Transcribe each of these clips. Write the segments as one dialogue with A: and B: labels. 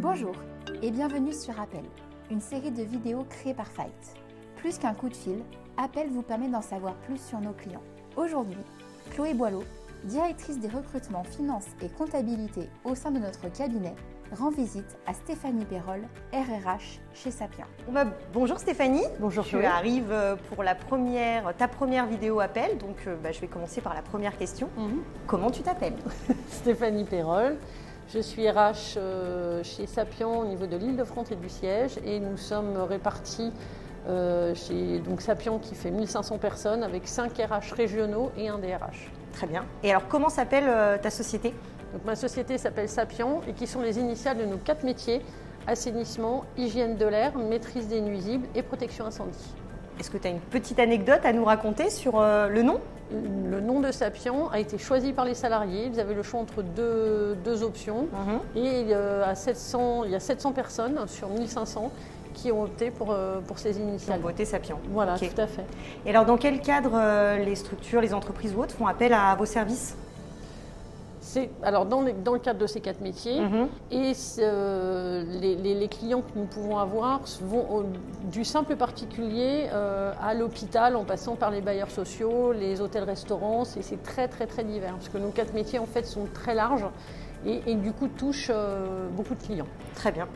A: Bonjour et bienvenue sur Appel, une série de vidéos créées par Fight. Plus qu'un coup de fil, Appel vous permet d'en savoir plus sur nos clients. Aujourd'hui, Chloé Boileau, directrice des recrutements finance et comptabilité au sein de notre cabinet, rend visite à Stéphanie Perrol, RRH chez Sapien.
B: On va- bah, Bonjour Stéphanie.
C: Bonjour,
B: Tu
C: Chloé.
B: arrives euh, pour la première, ta première vidéo appel, donc euh, bah, je vais commencer par la première question.
C: Mhm.
B: Comment tu t'appelles
C: Stéphanie Perrol. Je suis RH euh, chez Sapian au niveau de l'île de France et du siège et nous sommes répartis euh, chez donc Sapian qui fait 1500 personnes avec 5 RH régionaux et un DRH.
B: Très bien. Et alors comment s'appelle euh, ta société
C: Donc ma société s'appelle Sapian et qui sont les initiales de nos quatre métiers assainissement, hygiène de l'air, maîtrise des nuisibles et protection incendie.
B: Est-ce que tu as une petite anecdote à nous raconter sur euh, le nom
C: Le nom de Sapian a été choisi par les salariés. Ils avaient le choix entre deux- deux options. Et euh, à 700, il y a 700 personnes sur 1500 qui ont opté pour, euh, pour ces
B: En
C: initiales.
B: beauté Sapien.
C: Voilà,
B: Ok.
C: tout à fait.
B: Et alors dans quel cadre euh, les structures, les entreprises ou autres font appel à vos services
C: C'est- Alors, dans, les- dans le cadre de ces quatre métiers,
B: Mhm.
C: et c'est, euh, les, les- les clients que nous pouvons avoir vont au- du simple particulier euh, à l'hôpital en passant par les bailleurs sociaux, les hôtels-restaurants, et c'est très très très divers parce que nos quatre métiers en fait sont très larges et, et du coup touchent euh, beaucoup de clients.
B: Très bien.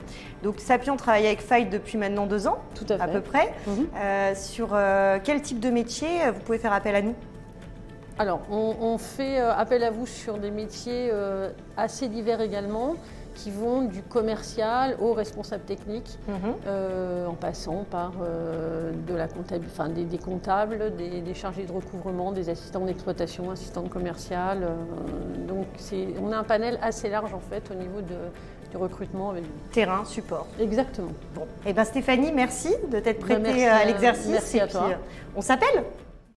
B: Donc Sapien travaille avec Fight depuis maintenant deux ans,
C: Tout à fait.
B: à peu près.
C: Mhm.
B: Euh, sur euh, quel type de métier euh, vous pouvez faire appel à nous
C: Alors, on, on fait euh, appel à vous sur des métiers euh, assez divers également, qui vont du commercial au responsable technique, euh, en passant par euh, de la comptabil- enfin, des, des comptables, des, des chargés de recouvrement, des assistants d'exploitation, assistantes commerciales. euh, donc, c'est- on a un panel assez large en fait au niveau de- du recrutement avec vous.
B: Terrain, support.
C: Exactement.
B: Bon, eh ben Stéphanie, merci de t'être
C: Ben,
B: prêtée
C: merci
B: euh, à
C: à-
B: l'exercice.
C: merci
B: Et
C: à
B: puis,
C: toi.
B: euh, On s'appelle